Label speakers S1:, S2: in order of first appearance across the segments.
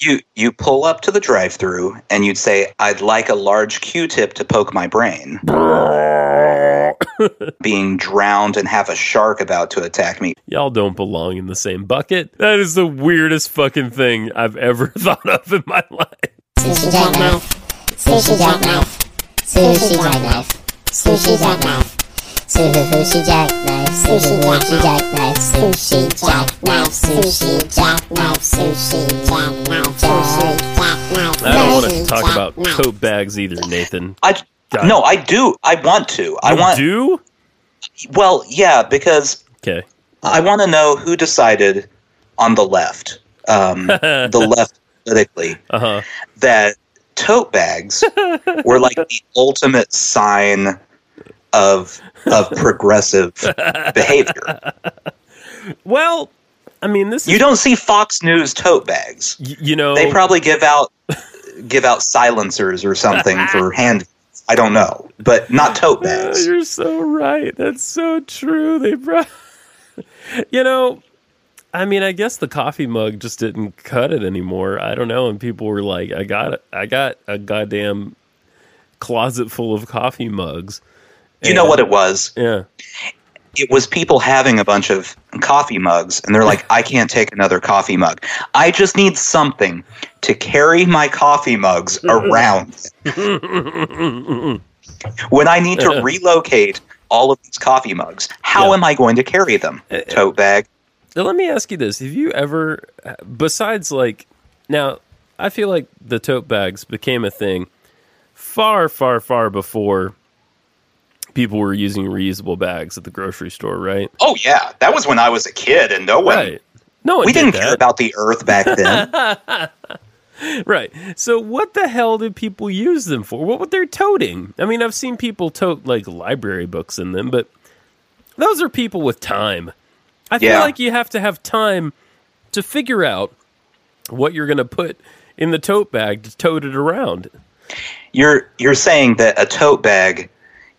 S1: you you pull up to the drive-through and you'd say, "I'd like a large Q-tip to poke my brain." being drowned and have a shark about to attack me.
S2: Y'all don't belong in the same bucket. That is the weirdest fucking thing I've ever thought of in my life.
S3: Sushi jackknife. Sushi jackknife. Sushi jackknife. Sushi jackknife. Sushi jackknife. Sushi jackknife. Sushi jackknife. Sushi jackknife. Sushi jackknife. Sushi jackknife.
S2: I don't want to talk about tote bags either, Nathan.
S1: I
S2: God.
S1: no, I do. I want to. I
S2: You
S1: want.
S2: do?
S1: Well, yeah, because
S2: Okay.
S1: I want to know who decided on the left, um, the left politically,
S2: Uh huh.
S1: that tote bags were like the ultimate sign of of progressive behavior.
S2: Well, I mean, this
S1: You
S2: is,
S1: don't see Fox News tote bags.
S2: y- you know,
S1: They probably give out give out silencers or something for hand. I don't know, but not tote
S2: Oh,
S1: bags.
S2: you're so right. That's so true. They brought, you know, I mean, I guess the coffee mug just didn't cut it anymore. I don't know. And people were like, I got, I got a goddamn closet full of coffee mugs.
S1: You know what it was?
S2: Yeah.
S1: it was people having a bunch of coffee mugs and they're like i can't take another coffee mug i just need something to carry my coffee mugs around when i need to relocate all of these coffee mugs how
S2: Yeah. Uh,
S1: am i going to carry them tote bag
S2: Now, let me ask you this: Have you ever, besides like, now I feel like the tote bags became a thing far, far, far before people were using reusable bags at the grocery store, right?
S1: oh yeah that was when i was a kid and no one
S2: Right. No one
S1: we
S2: did
S1: didn't
S2: that.
S1: care about the earth back then
S2: Right. So what the hell did people use them for? What were they toting? I mean, I've seen people tote like library books in them, but those are people with time. I feel
S1: Yeah.
S2: like you have to have time to figure out what you're going to put in the tote bag to tote it around.
S1: you're you're saying that a tote bag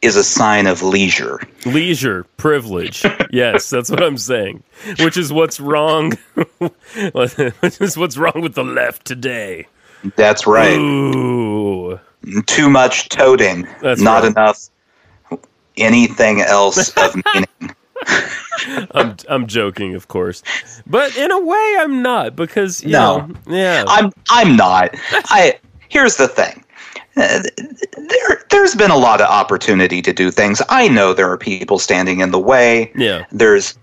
S1: is a sign of leisure
S2: Leisure, privilege. yes, that's what I'm saying. Which is what's wrong. Which is what's wrong with the left today.
S1: that's right
S2: Ooh.
S1: too much toting,
S2: That's
S1: not
S2: right.
S1: enough anything else of meaning.
S2: I'm I'm joking, of course, but in a way, I'm not because you
S1: No.
S2: know, yeah,
S1: I'm I'm not. I here's the thing. Uh, There, there's been a lot of opportunity to do things. I know there are people standing in the way.
S2: yeah,
S1: There's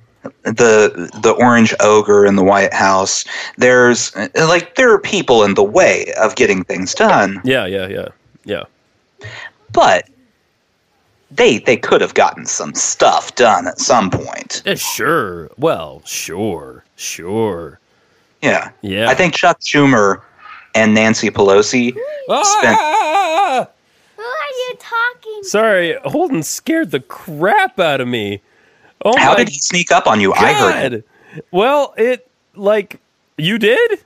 S1: the the orange ogre in the White House. There's uh, like there are people in the way of getting things done,
S2: yeah, yeah, yeah, yeah.
S1: but they they could have gotten some stuff done at some point.
S2: Eh, sure, well, sure, sure,
S1: Yeah.
S2: yeah.
S1: I think Chuck Schumer and Nancy Pelosi.
S2: Oh Ah!
S3: Who are you talking
S2: Sorry, Holden scared the crap out of me. Oh
S1: How
S2: my
S1: did he sneak up on you? I heard.
S2: god!
S1: it.
S2: Well, it like you did.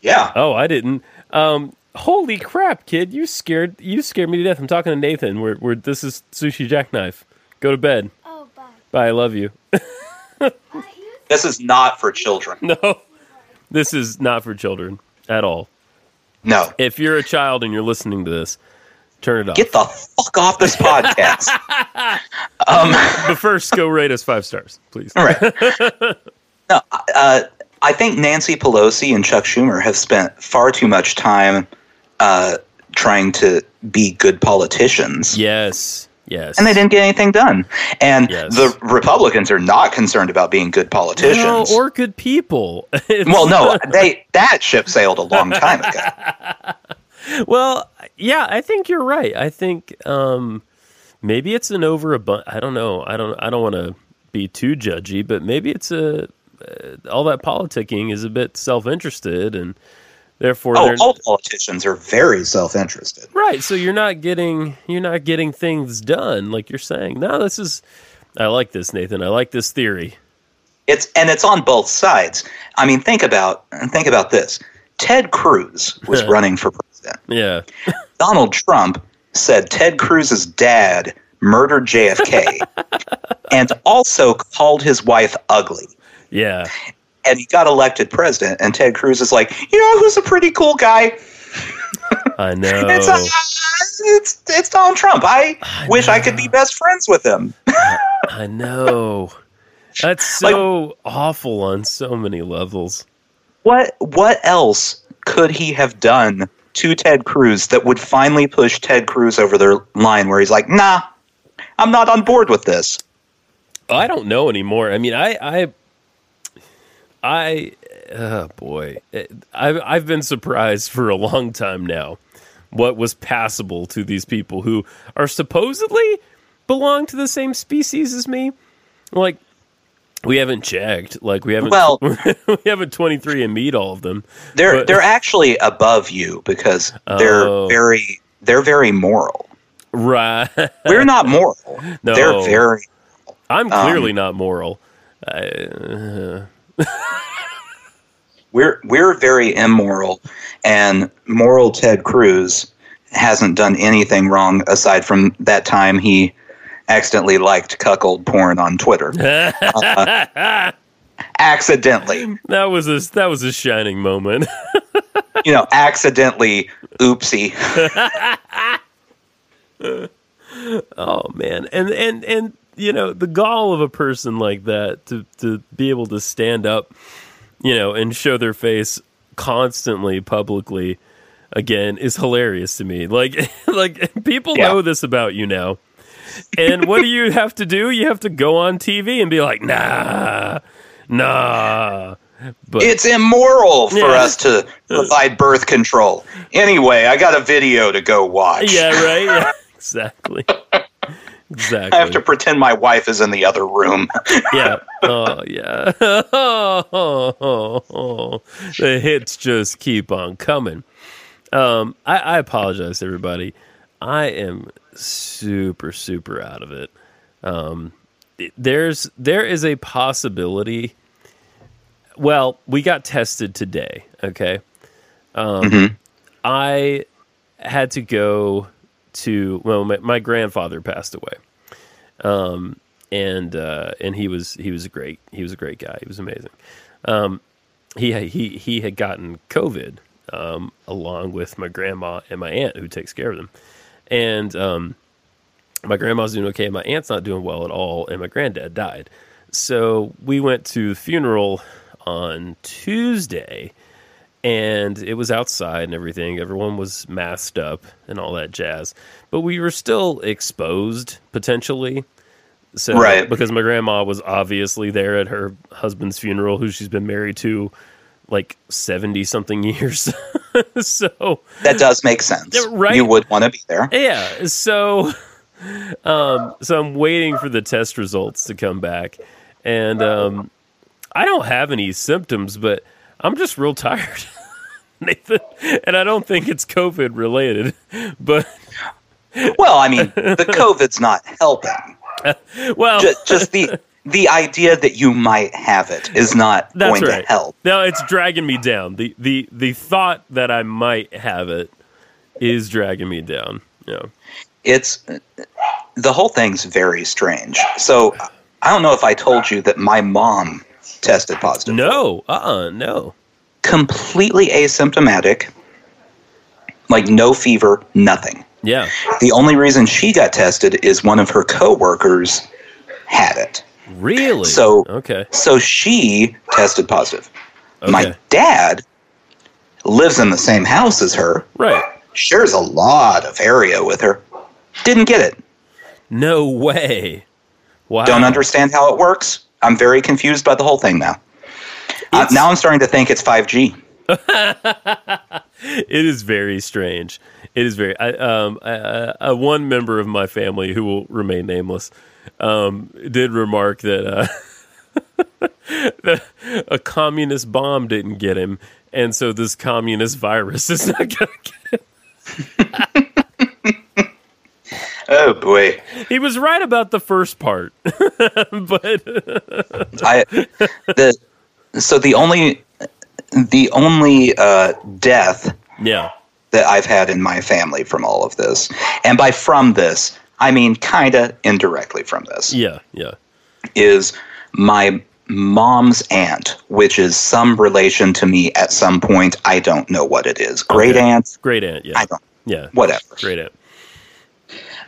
S1: Yeah.
S2: Oh, I didn't. Um, holy crap, kid! You scared you scared me to death. I'm talking to Nathan. We're, we're this is sushi jackknife. Go to bed.
S3: Oh, bye.
S2: Bye. I love you.
S1: This is not for children.
S2: No, this is not for children at all.
S1: No.
S2: If you're a child and you're listening to this, turn it off.
S1: Get the fuck off this podcast. um,
S2: but first, go rate us five stars, please.
S1: all right. No, uh, I think Nancy Pelosi and Chuck Schumer have spent far too much time uh, trying to be good politicians.
S2: Yes, yes.
S1: And they didn't get anything done. And
S2: Yes.
S1: the Republicans are not concerned about being good politicians.
S2: No, or good people. It's-
S1: well, no, they that ship sailed a long time ago. Oh,
S2: Well, yeah, I think you're right. I think um, maybe it's an overabundance. I don't know. I don't. I don't want to be too judgy, but maybe it's a uh, all that politicking is a bit self-interested, and therefore,
S1: Oh,
S2: they're-
S1: all politicians are very self-interested.
S2: Right. So you're not getting you're not getting things done like you're saying. No, this is I like this, Nathan. I like this theory.
S1: It's and it's on both sides. I mean, think about think about this. Ted Cruz was running for president.
S2: Yeah.
S1: Donald Trump said Ted Cruz's dad murdered JFK and also called his wife ugly.
S2: Yeah.
S1: and he got elected president. And Ted Cruz is like, you know, who's a pretty cool guy?
S2: I know.
S1: It's, uh, it's it's Donald Trump. I,
S2: Oh. I
S1: wish I could
S2: know.
S1: be best friends with him.
S2: I know. That's so awful on so many levels.
S1: What what else could he have done to Ted Cruz that would finally push Ted Cruz over their line where he's like, nah, I'm not on board with this.
S2: I don't know anymore. I mean, I, I, I, oh boy, I've I've been surprised for a long time now. What was passable to these people who are supposedly belong to the same species as me? Like, we haven't checked. Like, we haven't.
S1: Well-
S2: we haven't twenty three and meet all of them.
S1: They're
S2: But-
S1: they're actually above you because they're
S2: Oh.
S1: very they're very moral.
S2: Right.
S1: We're not moral.
S2: No.
S1: They're very
S2: I'm clearly not moral. I,
S1: we're we're very immoral and moral Ted Cruz hasn't done anything wrong aside from that time he accidentally liked cuckold porn on Twitter. Uh, accidentally.
S2: that was a that was a shining moment.
S1: you know, accidentally, oopsie.
S2: Oh man, and and and you know the gall of a person like that to to be able to stand up, you know, and show their face constantly publicly again is hilarious to me. Like like people
S1: Yeah.
S2: know this about you now. And what do you have to do? You have to go on TV and be like, "Nah. Nah." But
S1: It's immoral for
S2: Yeah.
S1: us to provide birth control. Anyway, I got a video to go watch.
S2: yeah, right? Yeah, exactly. Exactly.
S1: I have to pretend my wife is in the other room.
S2: yeah. Oh, yeah. The hits just keep on coming. Um, I, I apologize, everybody. I am super, super out of it. Um, it- there's there is a possibility. Well, we got tested today. Okay. Um, I had to go to well, my, my grandfather passed away and uh, and he was he was a great he was a great guy. He was amazing. Um, he he he had gotten COVID um, along with my grandma and my aunt who takes care of them, and um, my grandma's doing okay. My aunt's not doing well at all, and my granddad died. So we went to the funeral on Tuesday, and it was outside and everything. Everyone was masked up and all that jazz, but we were still exposed potentially. So,
S1: Right.
S2: because my grandma was obviously there at her husband's funeral, who she's been married to like 70 something years. so,
S1: That does make sense.
S2: Yeah, right.
S1: You would want to be there.
S2: yeah. So, um, so I'm waiting for the test results to come back, and um, I don't have any symptoms, but I'm just real tired, Nathan. And I don't think it's COVID related, but
S1: Well, I mean, the COVID's not helping.
S2: well,
S1: Just, just the the idea that you might have it is not
S2: that's
S1: going
S2: right.
S1: to help.
S2: No, it's dragging me down. the the The thought that I might have it is dragging me down. Yeah.
S1: it's the whole thing's very strange. So I don't know if I told you that my mom tested positive.
S2: No. Uh. uh No.
S1: Completely asymptomatic. Like no fever, nothing.
S2: Yeah.
S1: The only reason she got tested is one of her coworkers had it.
S2: Really.
S1: So-
S2: Okay.
S1: So she tested positive.
S2: Okay.
S1: My dad lives in the same house as her,
S2: right.
S1: shares a lot of area with her. Didn't get it.
S2: No way. Wow.
S1: don't understand how it works. I'm very confused by the whole thing now. Uh,
S2: It's-
S1: now I'm starting to think it's 5G.
S2: It is very strange. It is very. I, um, I, I, I- one member of my family who will remain nameless um, did remark that, uh, that a communist bomb didn't get him, and so this communist virus is not going to get
S1: Oh boy,
S2: him. He was right about the first part, but
S1: I the so the only the only uh, death
S2: yeah,
S1: that I've had in my family from all of this, and by from this I mean kinda indirectly from this,
S2: yeah, yeah.
S1: is my mom's aunt, which is some relation to me at some point. I don't know what it is. Great
S2: Okay.
S1: aunt,
S2: Great aunt. Yeah.
S1: I don't.
S2: Yeah.
S1: Whatever.
S2: Great aunt.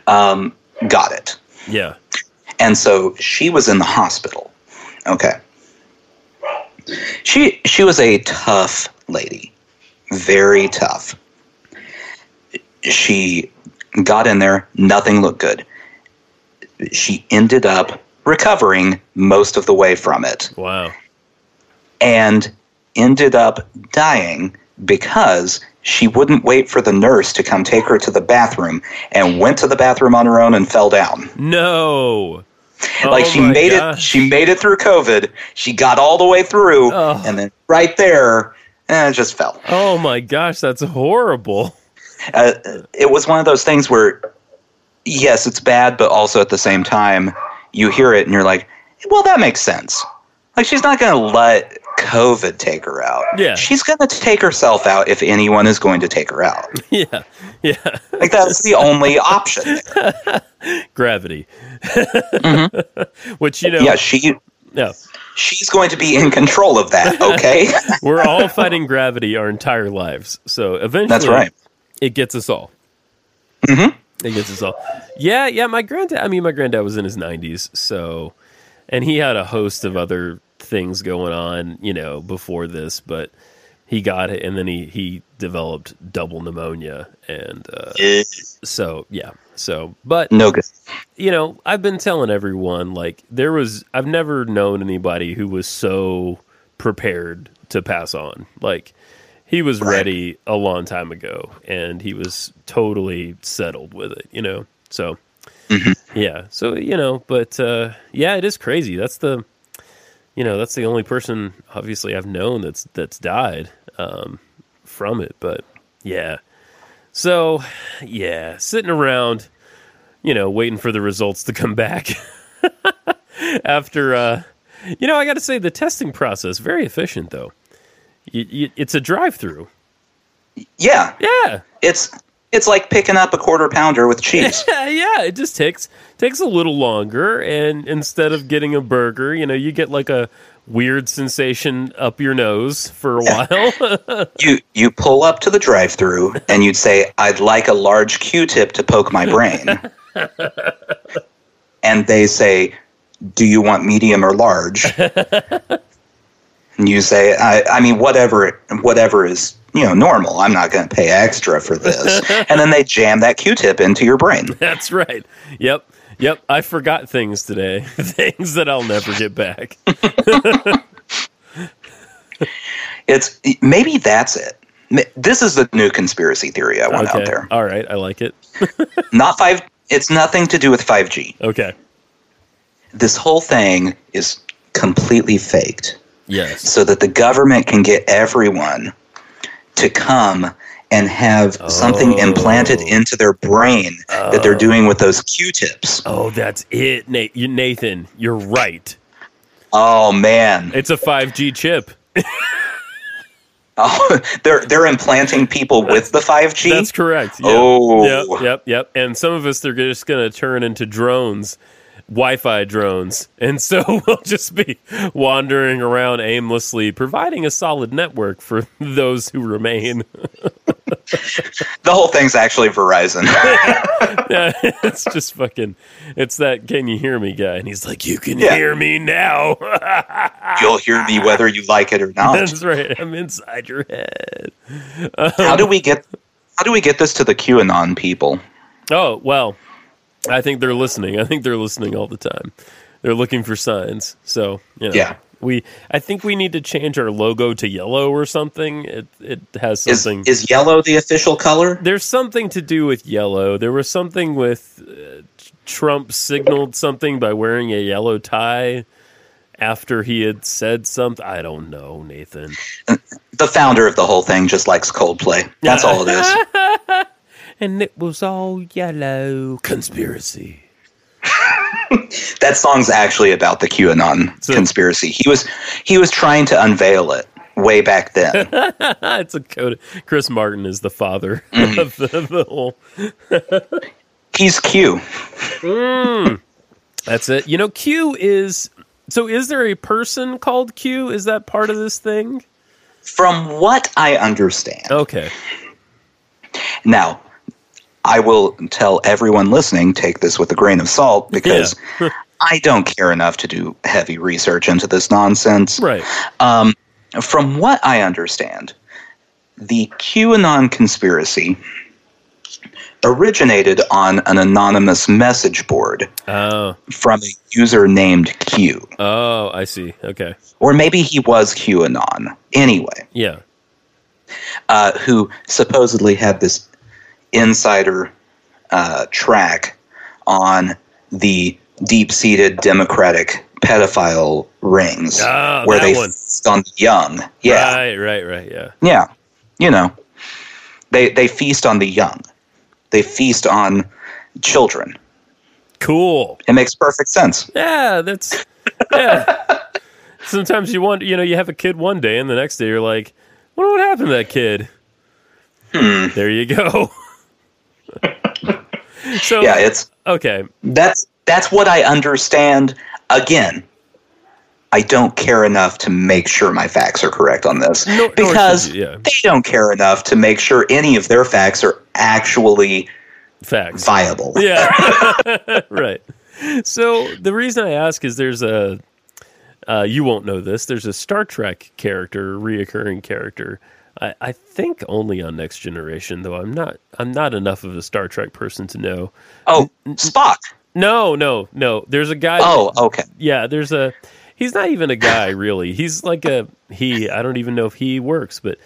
S1: Um, got it.
S2: Yeah.
S1: And so she was in the hospital. Okay. She she was a tough lady. Very tough. She got in there, nothing looked good. She ended up recovering most of the way from it
S2: Wow.
S1: and ended up dying because she wouldn't wait for the nurse to come take her to the bathroom and went to the bathroom on her own and fell down.
S2: No.
S1: like
S2: Oh
S1: she
S2: my
S1: made it
S2: gosh.
S1: she made it through COVID. She got all the way through
S2: Oh.
S1: and then right there eh, it just fell.
S2: Oh my gosh, that's horrible.
S1: Uh, it was one of those things where yes, it's bad but also at the same time you hear it and you're like, "Well, that makes sense." Like she's not going to let COVID take her out.
S2: Yeah.
S1: She's going to take herself out if anyone is going to take her out.
S2: Yeah. Yeah.
S1: Like that's the only option. There.
S2: Gravity. Which you know
S1: Yeah, she
S2: yeah.
S1: she's going to be in control of that, okay?
S2: We're all fighting gravity our entire lives. So eventually
S1: that's right. Mm-hmm.
S2: it gets us all. It gets us all. Yeah, yeah. My granddad. I mean, my granddad was in his nineties, so, and he had a host of other things going on, you know, before this, but he got it, and then he he developed double pneumonia, and uh, so yeah, so but
S1: No good.
S2: you know, I've been telling everyone like there was I've never known anybody who was so prepared to pass on. Like he was
S1: Right.
S2: ready a long time ago and he was totally settled with it, you know. So yeah. So, you know, but uh yeah, it is crazy. That's the you know, that's the only person obviously I've known that's that's died um from it, but yeah. So, yeah, sitting around you know, waiting for the results to come back after, uh, you know, I got to say the testing process, very efficient though. You, you, it's a drive through.
S1: Yeah,
S2: Yeah.
S1: it's it's like picking up a quarter pounder with cheese.
S2: yeah. It just takes, takes a little longer. And instead of getting a burger, you know, you get like a weird sensation up your nose for a while.
S1: you you pull up to the drive-through and you'd say, "I'd like a large Q-tip to poke my brain," and they say, "Do you want medium or large?" and you say, "I I mean whatever whatever is." You know, normal. I'm not going to pay extra for this. and then they jam that Q-tip into your brain.
S2: That's right. Yep. Yep. I forgot things today, things that I'll never get back.
S1: It's maybe that's it. M- This is the new conspiracy theory I want out
S2: Okay.
S1: there.
S2: All right. I like it.
S1: Not five. It's nothing to do with 5G.
S2: Okay.
S1: this whole thing is completely faked
S2: Yes.
S1: so that the government can get everyone to come and have something
S2: Oh.
S1: implanted into their brain that they're doing with those q-tips
S2: Oh, that's it, Nate. You, Nathan, you're right.
S1: oh man
S2: It's a 5G chip.
S1: oh, they're they're implanting people with the 5g
S2: That's correct. Yep.
S1: Oh.
S2: Yep, yep, yep. And some of us, they're just going to turn into drones, Wi Fi drones. And so we'll just be wandering around aimlessly, providing a solid network for those who remain.
S1: the whole thing's actually verizon
S2: Yeah, it's just fucking, it's that can you hear me guy. And he's like, you can
S1: Yeah.
S2: hear me now.
S1: you'll hear me whether you like it or not
S2: that's right. I'm inside your head.
S1: how do we get how do we get this to the qanon people
S2: Oh, well, I think they're listening. I think they're listening all the time. They're looking for signs. So, you know,
S1: Yeah.
S2: We I think we need to change our logo to yellow or something. It it has
S1: is,
S2: something
S1: is yellow the official color
S2: There's something to do with yellow. There was something with uh, Trump signaled something by wearing a yellow tie after he had said something. I don't know, Nathan.
S1: the founder of the whole thing just likes Coldplay. That's all it is.
S2: And it was all yellow conspiracy.
S1: That song's actually about the QAnon
S2: So-
S1: conspiracy. He was he was trying to unveil it way back then.
S2: it's a code. Chris Martin is the father
S1: Mm-hmm.
S2: of the, the whole
S1: He's Q.
S2: That's it. You know, Q is So is there a person called Q? Is that part of this thing?
S1: From what I understand.
S2: Okay.
S1: Now, I will tell everyone listening take this with a grain of salt because I don't care enough to do heavy research into this nonsense.
S2: Right.
S1: Um, from what I understand, the QAnon conspiracy originated on an anonymous message board
S2: Oh.
S1: from a user named Q.
S2: Oh, I see. Okay.
S1: Or maybe he was QAnon. Anyway.
S2: Yeah.
S1: uh, who supposedly had this insider uh, track on the deep-seated Democratic pedophile rings,
S2: Ah,
S1: where
S2: that
S1: they
S2: one.
S1: feast on the young. Yeah,
S2: Right, right, right. Yeah.
S1: yeah, you know, they they feast on the young. They feast on children.
S2: Cool.
S1: It makes perfect sense.
S2: Yeah, that's yeah. Sometimes you want you know, you have a kid one day and the next day you're like, wonder what happened to that kid?
S1: Hmm.
S2: There you go. so
S1: Yeah, it's
S2: okay.
S1: that's that's what I understand. Again, I don't care enough to make sure my facts are correct on this
S2: nor should
S1: because
S2: you, yeah.
S1: they don't care enough to make sure any of their facts are actually
S2: Facts.
S1: viable.
S2: Yeah. right. So the reason I ask is there's a uh, you won't know this. There's a Star Trek character, reoccurring character. I, I think only on Next Generation, though. I'm not. I'm not enough of a Star Trek person to know.
S1: Oh, Spock.
S2: No, no, no. There's a guy.
S1: Oh, okay.
S2: yeah. There's a. He's not even a guy, really. He's like a he. I don't even know if he works, but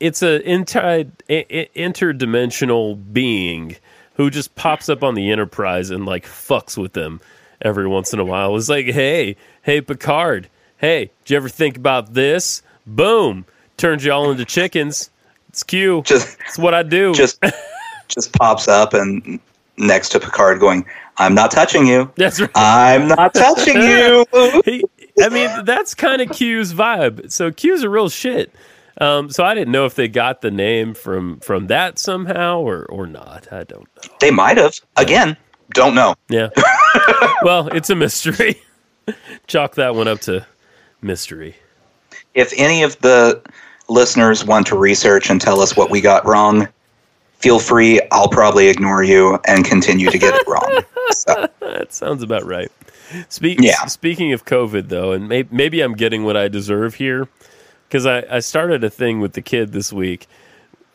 S2: it's a inti- i- i- interdimensional being who just pops up on the Enterprise and like fucks with them every once in a while. It's like, hey, hey, Picard, hey, did you ever think about this? Boom, turns y'all into chickens. It's Q.
S1: Just
S2: it's what I do.
S1: just just pops up and next to Picard going, "I'm not touching you.
S2: that's right.
S1: I'm not touching you."
S2: he, I mean, that's kind of Q's vibe. So Q's a real shit. Um, so I didn't know if they got the name from from that somehow or or not. I don't know.
S1: They might have. Again, don't know.
S2: Yeah. well, it's a mystery. Chalk that one up to mystery.
S1: If any of the listeners want to research and tell us what we got wrong, feel free. I'll probably ignore you and continue to get it wrong. So,
S2: That sounds about right. Speak,
S1: Yeah.
S2: Speaking of COVID, though, and may, maybe I'm getting what I deserve here because I, I started a thing with the kid this week.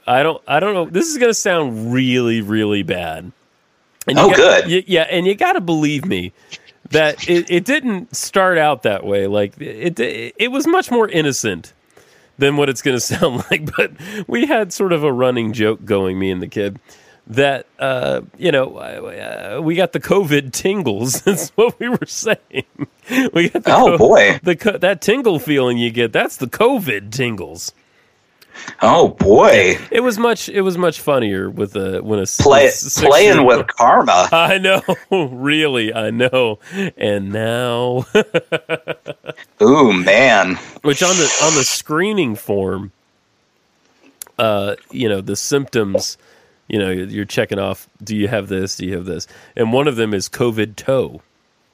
S2: I don't I don't know. This is going to sound really really bad. And you
S1: Oh,
S2: got-
S1: good.
S2: you- yeah, and you got to believe me that it, it didn't start out that way. Like it, it it was much more innocent than what it's going to sound like. But we had sort of a running joke going, me and the kid, that uh, you know uh, we got the COVID tingles. That's what we were saying. We got the
S1: oh
S2: co-
S1: boy.
S2: the co- that tingle feeling you get. That's the COVID tingles.
S1: Oh boy.
S2: It was much. It was much funnier with a when a s-
S1: play,
S2: s- six-
S1: playing with karma.
S2: I know, really, I know. And now,
S1: Ooh man,
S2: which on the on the screening form, uh, you know the symptoms. You know, you're you're checking off. Do you have this? Do you have this? And one of them is COVID toe.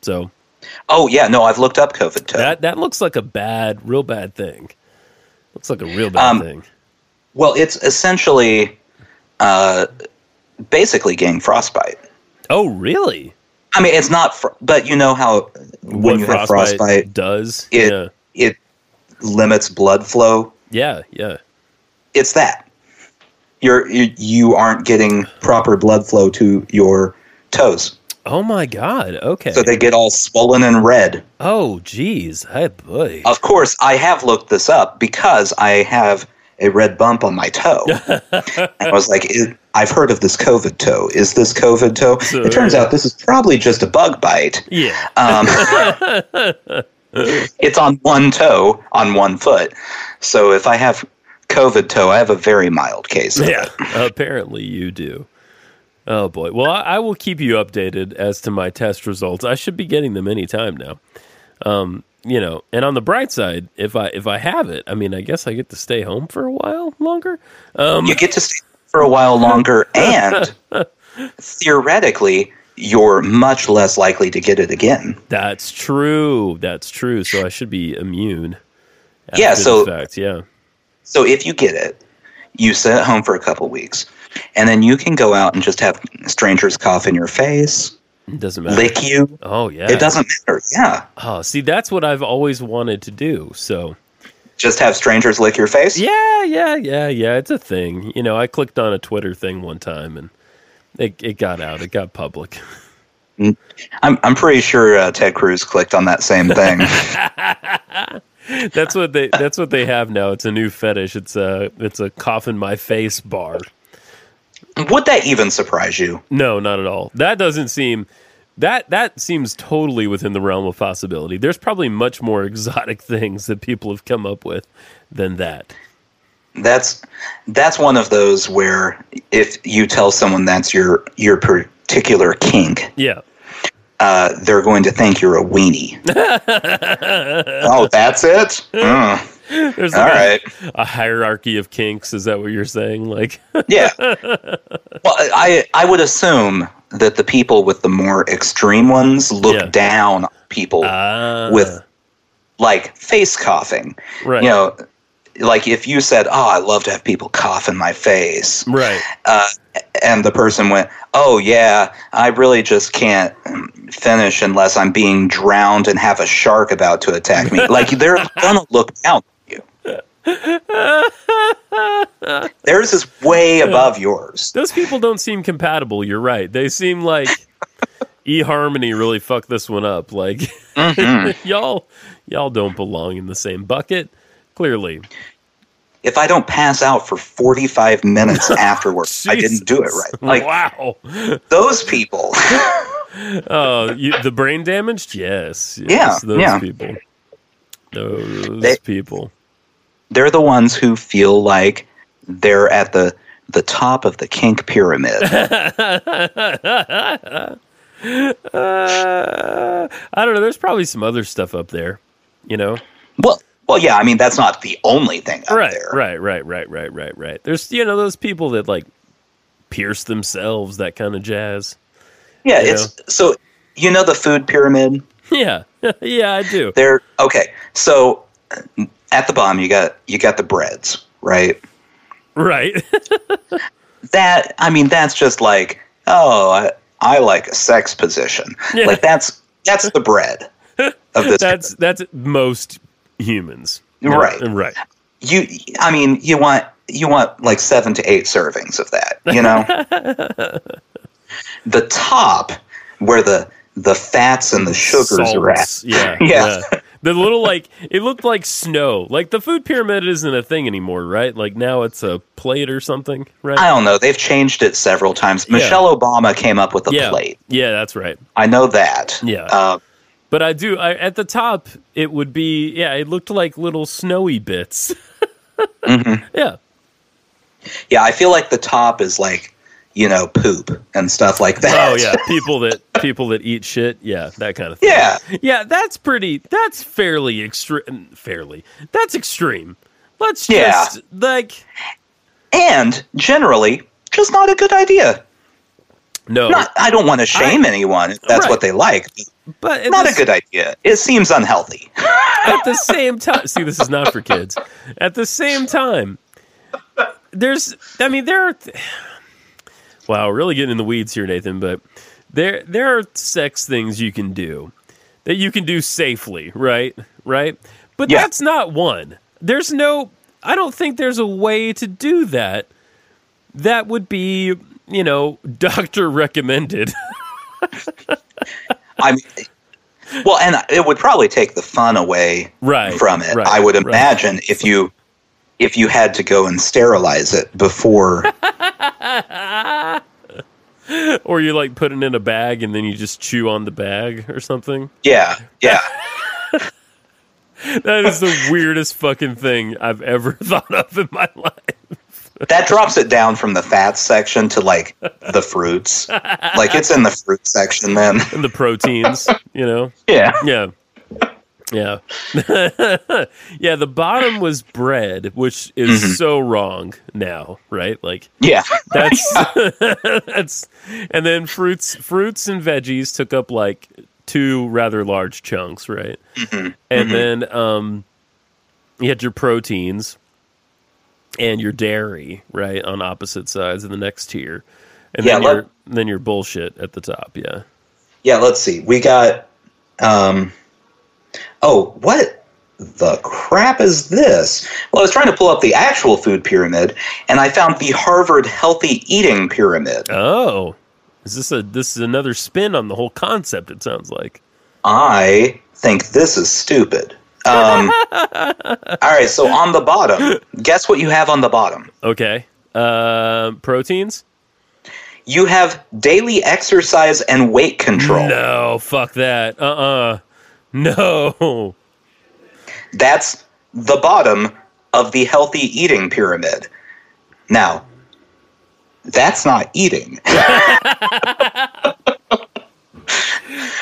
S2: So
S1: oh yeah, no, I've looked up COVID toe.
S2: that that looks like a bad, real bad thing. Looks like a real bad
S1: Um,
S2: thing.
S1: well, it's essentially, uh, basically getting frostbite.
S2: Oh, really?
S1: I mean, it's not, fr- but you know how when
S2: What
S1: you have frostbite,
S2: does?
S1: it
S2: yeah,
S1: it limits blood flow.
S2: yeah, yeah.
S1: It's that you're you, you aren't getting proper blood flow to your toes,
S2: Oh my God. Okay.
S1: so they get all swollen and red.
S2: oh, geez. Hey, boy.
S1: Of course, I have looked this up because I have a red bump on my toe. and I was like, "Is- I've heard of this COVID toe. Is this COVID toe?
S2: So-
S1: it turns out this is probably just a bug bite.
S2: yeah.
S1: Um, it's on one toe, on one foot. So if I have COVID toe, I have a very mild case. of it.
S2: Yeah, apparently you do. Oh boy. Well, I, I will keep you updated as to my test results. I should be getting them any time now. Um, you know, and on the bright side, if I if I have it, I mean, I guess I get to stay home for a while longer. Um,
S1: You get to stay for a while longer, and theoretically, you're much less likely to get it again.
S2: That's true. That's true. So I should be immune. after
S1: Yeah,
S2: the
S1: so-
S2: fact. yeah.
S1: So if you get it, you sit at home for a couple weeks, and then you can go out and just have strangers cough in your face,
S2: It doesn't matter.
S1: lick you.
S2: Oh yeah.
S1: It doesn't matter. Yeah,
S2: Oh, see that's what I've always wanted to do. So
S1: just have strangers lick your face.
S2: Yeah, yeah, yeah, yeah. It's a thing. You know, I clicked on a Twitter thing one time and it, it got out. It got public.
S1: I'm I'm pretty sure uh, Ted Cruz clicked on that same thing.
S2: That's what they that's what they have now. It's a new fetish. It's a it's a cough in my face bar.
S1: Would that even surprise you?
S2: No, not at all. That doesn't seem that that seems totally within the realm of possibility. There's probably much more exotic things that people have come up with than that.
S1: That's that's one of those where if you tell someone that's your your particular kink,
S2: Yeah.
S1: uh, they're going to think you're a weenie. oh, that's it. Mm.
S2: There's
S1: All
S2: like a-
S1: right.
S2: a, hierarchy of kinks, is that what you're saying? Like
S1: Yeah. Well, I I would assume that the people with the more extreme ones look
S2: Yeah.
S1: down on people
S2: ah,
S1: with like face coughing.
S2: right.
S1: You know, like if you said, "Oh, I love to have people cough in my face,"
S2: right.
S1: and the person went, "Oh yeah, I really just can't um, finish unless I'm being drowned and have a shark about to attack me." like they're gonna look down on you. Theirs is way above yours.
S2: Those people don't seem compatible. You're right. They seem like eHarmony really fucked this one up. Like
S1: Mm-hmm.
S2: y'all, y'all don't belong in the same bucket. Clearly,
S1: If I don't pass out for 45 minutes afterwards, I didn't do it
S2: Jesus.
S1: right. Like
S2: wow.
S1: those people.
S2: Oh, you, the brain damaged? Yes. yes
S1: Yeah,
S2: Those
S1: yeah.
S2: people. Those
S1: They-
S2: people.
S1: they're the ones who feel like they're at the the top of the kink pyramid.
S2: Uh, I don't know. There's probably some other stuff up there, you know?
S1: well, well, yeah. I mean, that's not the only thing up
S2: right,
S1: there.
S2: right, right, right, right, right, right. There's, you know, those people that like pierce themselves, that kind of jazz.
S1: Yeah,
S2: you
S1: it's so you know the food pyramid.
S2: Yeah. yeah, I do.
S1: There. Okay, so uh, at the bottom you got you got the breads, right?
S2: Right.
S1: That I mean, that's just like oh, I, I like a sex position.
S2: Yeah.
S1: Like that's that's the bread of this.
S2: that's, that's most humans.
S1: Right.
S2: Right.
S1: you i mean you want you want like seven to eight servings of that you know the top where the the fats and the sugars are at
S2: Salts, Yeah,
S1: Yeah.
S2: yeah. The little like it looked like snow. Like the food pyramid isn't a thing anymore, right? Like now it's a plate or something, right?
S1: i don't know they've changed it several times michelle obama came up with a
S2: yeah,
S1: plate
S2: yeah, that's right.
S1: i know that
S2: Yeah.
S1: uh,
S2: But I do. I, at the top, it would be yeah. It looked like little snowy bits.
S1: Mm-hmm.
S2: Yeah,
S1: yeah i feel like the top is like you know poop and stuff like that
S2: Oh yeah, people that people that eat shit, yeah, that kind of thing.
S1: Yeah.
S2: yeah, that's pretty. That's fairly extreme. Fairly, that's extreme. Let's
S1: Yeah.
S2: just like
S1: and generally just not a good idea
S2: no,
S1: not i don't want to shame anyone if that's
S2: Oh, Right.
S1: what they like
S2: but at
S1: not
S2: the
S1: a good idea it seems unhealthy
S2: at the same time see this is not for kids at the same time there's i mean there are th- wow really getting in the weeds here nathan but there there are sex things you can do that you can do safely right right but
S1: Yeah.
S2: that's not one there's no i don't think there's a way to do that that would be you know doctor recommended
S1: I mean, well, and it would probably take the fun away
S2: Right,
S1: from it.
S2: right,
S1: I would
S2: right.
S1: imagine if you if you had to go and sterilize it before.
S2: or you like put it in a bag and then you just chew on the bag or something
S1: yeah, yeah.
S2: That is the weirdest fucking thing I've ever thought of in my life.
S1: That drops it down from the fats section to like the fruits. Like it's in the fruit section then.
S2: And the proteins, you know?
S1: Yeah.
S2: Yeah. Yeah. yeah, the bottom was bread, which is so wrong now, right? Like
S1: Yeah.
S2: that's that's and then fruits fruits and veggies took up like two rather large chunks, right? And then um you had your proteins and your dairy, right, on opposite sides of the next tier. And
S1: Yeah,
S2: then
S1: let-
S2: your then your bullshit at the top, yeah.
S1: Yeah, let's see. We got um Oh, what the crap is this? Well, I was trying to pull up the actual food pyramid and I found the Harvard healthy eating pyramid.
S2: Oh. Is this a this is another spin on the whole concept it sounds like.
S1: I think this is stupid. Um, all right, so on the bottom, guess what you have on the bottom?
S2: Okay. Uh, proteins?
S1: You have daily exercise and weight control.
S2: No, fuck that. Uh uh No.
S1: That's the bottom of the healthy eating pyramid. Now, that's not eating.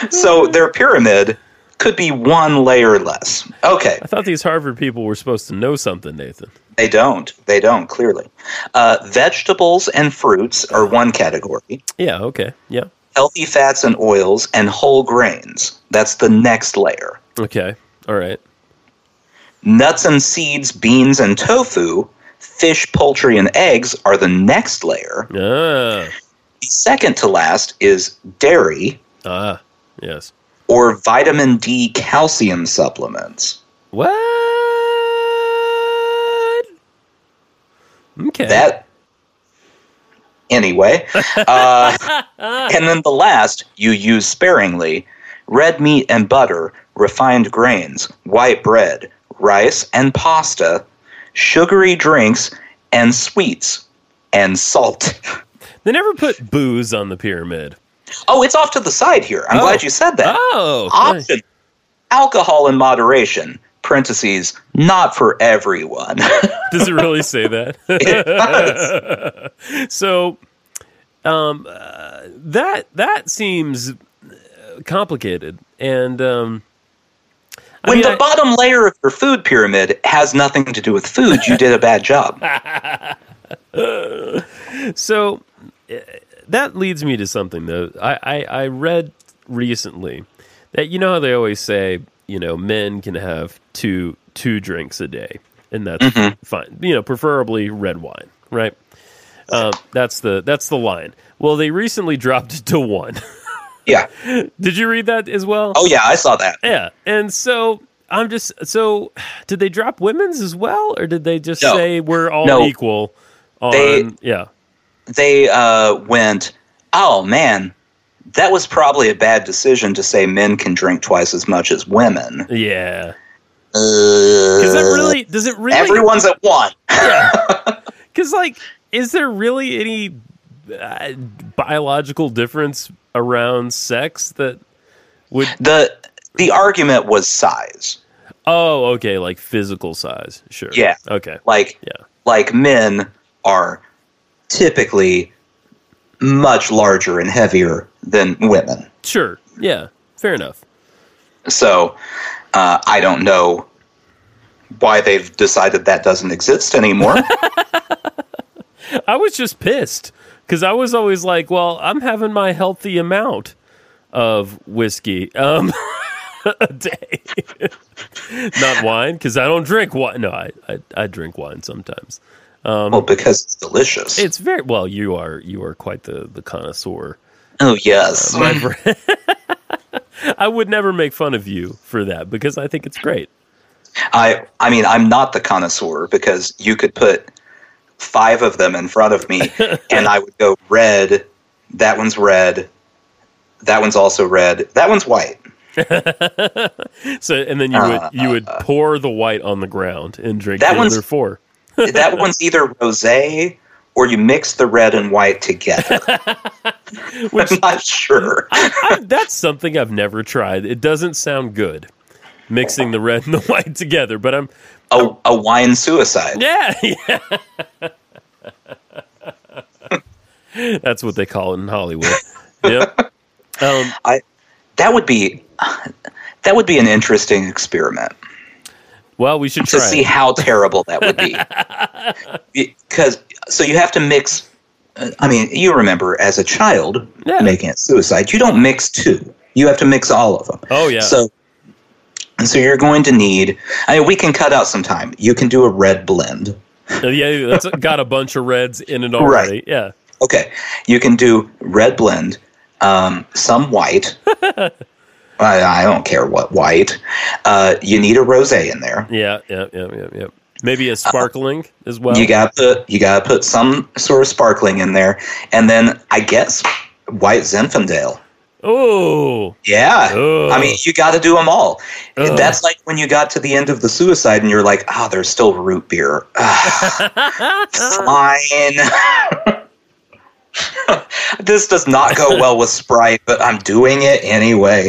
S1: so their pyramid could be one layer less. Okay.
S2: I thought these Harvard people were supposed to know something, Nathan.
S1: They don't. They don't, clearly. Uh, vegetables and fruits are one category,
S2: Yeah, okay. Yeah.
S1: healthy fats and oils, and whole grains. That's the next layer.
S2: Okay. All right.
S1: Nuts and seeds, beans and tofu, fish, poultry, and eggs are the next layer.
S2: Ah.
S1: Second to last is dairy
S2: Ah. Yes.
S1: or vitamin D calcium supplements.
S2: What? Okay.
S1: That. Anyway, uh, and then the last you use sparingly red meat and butter, refined grains, white bread, rice and pasta, sugary drinks and sweets, and salt.
S2: they never put booze on the pyramid.
S1: Oh, it's off to the side here. I'm
S2: Oh.
S1: glad you said that.
S2: Oh. nice.
S1: Option alcohol in moderation, parentheses, not for everyone.
S2: Does it really say that? so, um, uh, that that seems uh, complicated, and um, I
S1: when
S2: mean,
S1: the
S2: I-
S1: bottom layer of your food pyramid has nothing to do with food, you did a bad job.
S2: so uh, that leads me to something though. I, I I read recently that you know how they always say you know men can have two two drinks a day, and that's
S1: Mm-hmm.
S2: fine. You know, preferably red wine, right? Um, that's the that's the line. Well, they recently dropped it to one.
S1: Yeah.
S2: Did you read that as well?
S1: Oh, yeah, I saw that.
S2: Yeah. And so I'm just so did they drop women's as well or did they just
S1: No.
S2: say we're all
S1: No.
S2: equal on
S1: They-
S2: yeah.
S1: They uh, went, oh, man, that was probably a bad decision to say men can drink twice as much as women.
S2: Yeah. Is
S1: Is
S2: that really does it really
S1: Everyone's at one.
S2: cuz like is there really any uh, biological difference around sex that would
S1: The, the argument was size.
S2: Oh, okay, like physical size. Sure.
S1: Yeah.
S2: Okay.
S1: Like,
S2: Yeah.
S1: like men are typically much larger and heavier than women.
S2: Sure. Yeah. Fair enough.
S1: So uh, I don't know why they've decided that doesn't exist anymore.
S2: I was just pissed because I was always like, well, I'm having my healthy amount of whiskey um, a day, not wine because I don't drink wine. No, I, I I drink wine sometimes.
S1: well, because it's delicious.
S2: It's very well. You are you are quite the the connoisseur.
S1: oh yes,
S2: I would never make fun of you for that because I think it's great.
S1: I I mean I'm not the connoisseur because you could put five of them in front of me and I would go red. That one's red. That one's also red. That one's white.
S2: So and then you would you would pour the white on the ground and drink
S1: That
S2: the
S1: one's-
S2: other four.
S1: That one's either rosé or you mix the red and white together.
S2: Which-
S1: I'm not sure.
S2: I, that's something I've never tried. It doesn't sound good mixing the red and the white together, but I'm
S1: A, a wine suicide.
S2: yeah, yeah. that's what they call it in Hollywood. Yep. Um,
S1: I that would be that would be an interesting experiment
S2: Well, we should
S1: to
S2: try.
S1: see
S2: it.
S1: how terrible that would be. Because so you have to mix. uh, I mean, you remember as a child
S2: Yeah.
S1: making it suicide, you don't mix two. You have to mix all of them.
S2: Oh yeah.
S1: So, and so you're going to need. I mean, we can cut out some time. You can do a red blend.
S2: Uh, yeah, that's got a bunch of reds in it already. Yeah.
S1: Okay, you can do red blend, um, some white. I, I don't care what white. Uh, you need a rosé in there.
S2: Yeah, yeah, yeah, yeah, yeah. Maybe a sparkling as well.
S1: you gotta put you gotta put some sort of sparkling in there, and then I guess white Zinfandel.
S2: oh,
S1: Yeah,
S2: Ugh.
S1: I mean you got to do them all.
S2: Ugh.
S1: That's like when you got to the end of the suicide and you're like, oh, there's still root beer. Ah, Fine. this does not go well with Sprite, but I'm doing it anyway.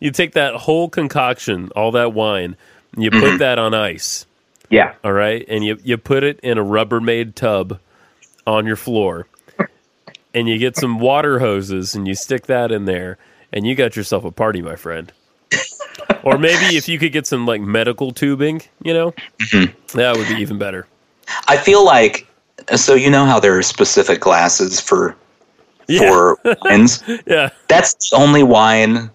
S2: you take that whole concoction, all that wine, and you
S1: Mm-hmm.
S2: put that on ice.
S1: Yeah,
S2: All right, and you you put it in a Rubbermaid tub on your floor, and you get some water hoses and you stick that in there, and you got yourself a party, my friend. or maybe if you could get some like medical tubing, you know,
S1: Mm-hmm.
S2: that would be even better.
S1: I feel like so you know how there are specific glasses for
S2: Yeah,
S1: for wines.
S2: yeah.
S1: That's the only wine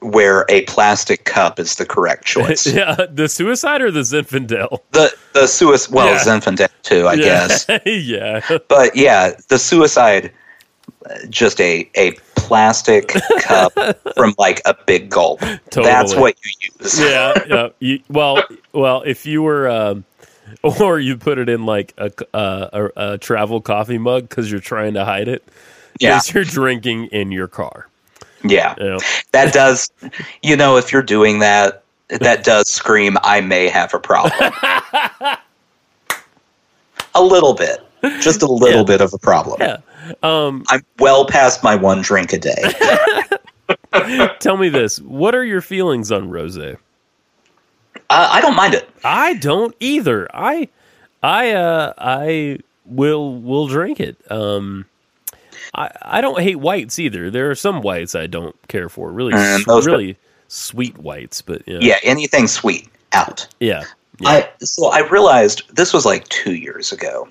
S1: where a plastic cup is the correct choice.
S2: yeah, the suicide or the Zinfandel?
S1: the the suicide, well,
S2: Yeah.
S1: Zinfandel too, I guess.
S2: yeah.
S1: But yeah, the suicide, uh, just a a plastic cup from like a big gulp. That's
S2: Totally.
S1: what you use.
S2: yeah, yeah. You, well, well, if you were, um, or you put it in like a c- uh, a, a travel coffee mug because you're trying to hide it.
S1: Yeah.
S2: 'Cause you're drinking in your car.
S1: yeah.
S2: You know?
S1: That does, you know, if you're doing that, that does scream, I may have a problem. a little bit. Just a little
S2: Yeah.
S1: bit of a problem.
S2: Yeah. Um,
S1: I'm well past my one drink a day.
S2: Tell me this: What are your feelings on rosé?
S1: Uh, I don't mind it.
S2: I don't either. I, I, uh, I will will drink it. Um, I I don't hate whites either. There are some whites I don't care for. Really,
S1: Uh,
S2: s-
S1: those-
S2: really sweet whites. But yeah,
S1: Yeah, anything sweet out.
S2: yeah, yeah.
S1: I so I realized this was like two years ago.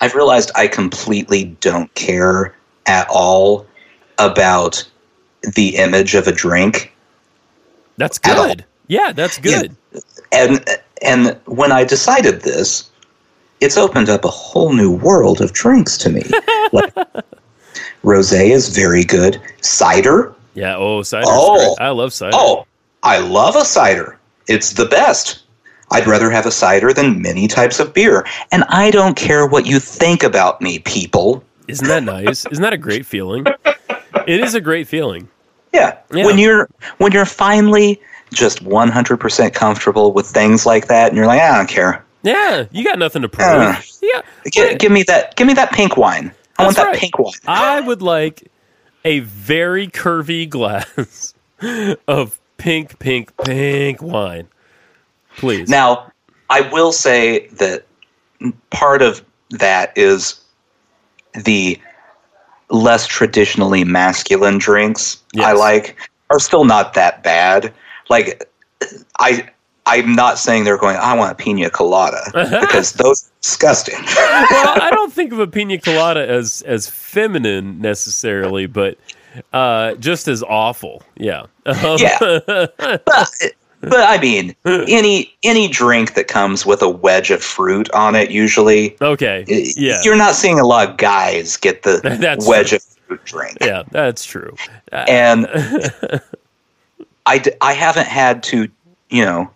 S1: I've realized I completely don't care at all about the image of a drink,
S2: that's
S1: at all.
S2: good. Yeah, that's
S1: Yeah.
S2: good.
S1: and and when I decided this, it's opened up a whole new world of drinks to me. like, rosé is very good. Cider,
S2: Yeah. Oh, cider.
S1: Oh.
S2: I love cider.
S1: oh, I love a cider. It's the best. I'd rather have a cider than many types of beer. And I don't care what you think about me, people.
S2: Isn't that nice? Isn't that a great feeling? It is a great feeling.
S1: Yeah.
S2: Yeah.
S1: When you're when you're finally just 100% comfortable with things like that and you're like, I don't care.
S2: Yeah, you got nothing to prove.
S1: Yeah.
S2: Yeah,
S1: Give, give me that give me that pink wine. I want
S2: That's
S1: that
S2: right.
S1: pink wine.
S2: I would like a very curvy glass of pink, pink, pink wine, please.
S1: Now, I will say that part of that is the less traditionally masculine drinks I
S2: Yes.
S1: like are still not that bad. Like I I'm not saying they're going, I want a pina colada because those are disgusting.
S2: well, I don't think of a pina colada as as feminine necessarily, but uh, just as awful. Yeah.
S1: yeah. But, but I mean, any any drink that comes with a wedge of fruit on it usually eh,
S2: okay. Yeah.
S1: you're not seeing a lot of guys get the
S2: That's
S1: wedge
S2: true.
S1: of fruit drink.
S2: Yeah, that's true. Uh,
S1: and I, d- I haven't had to you know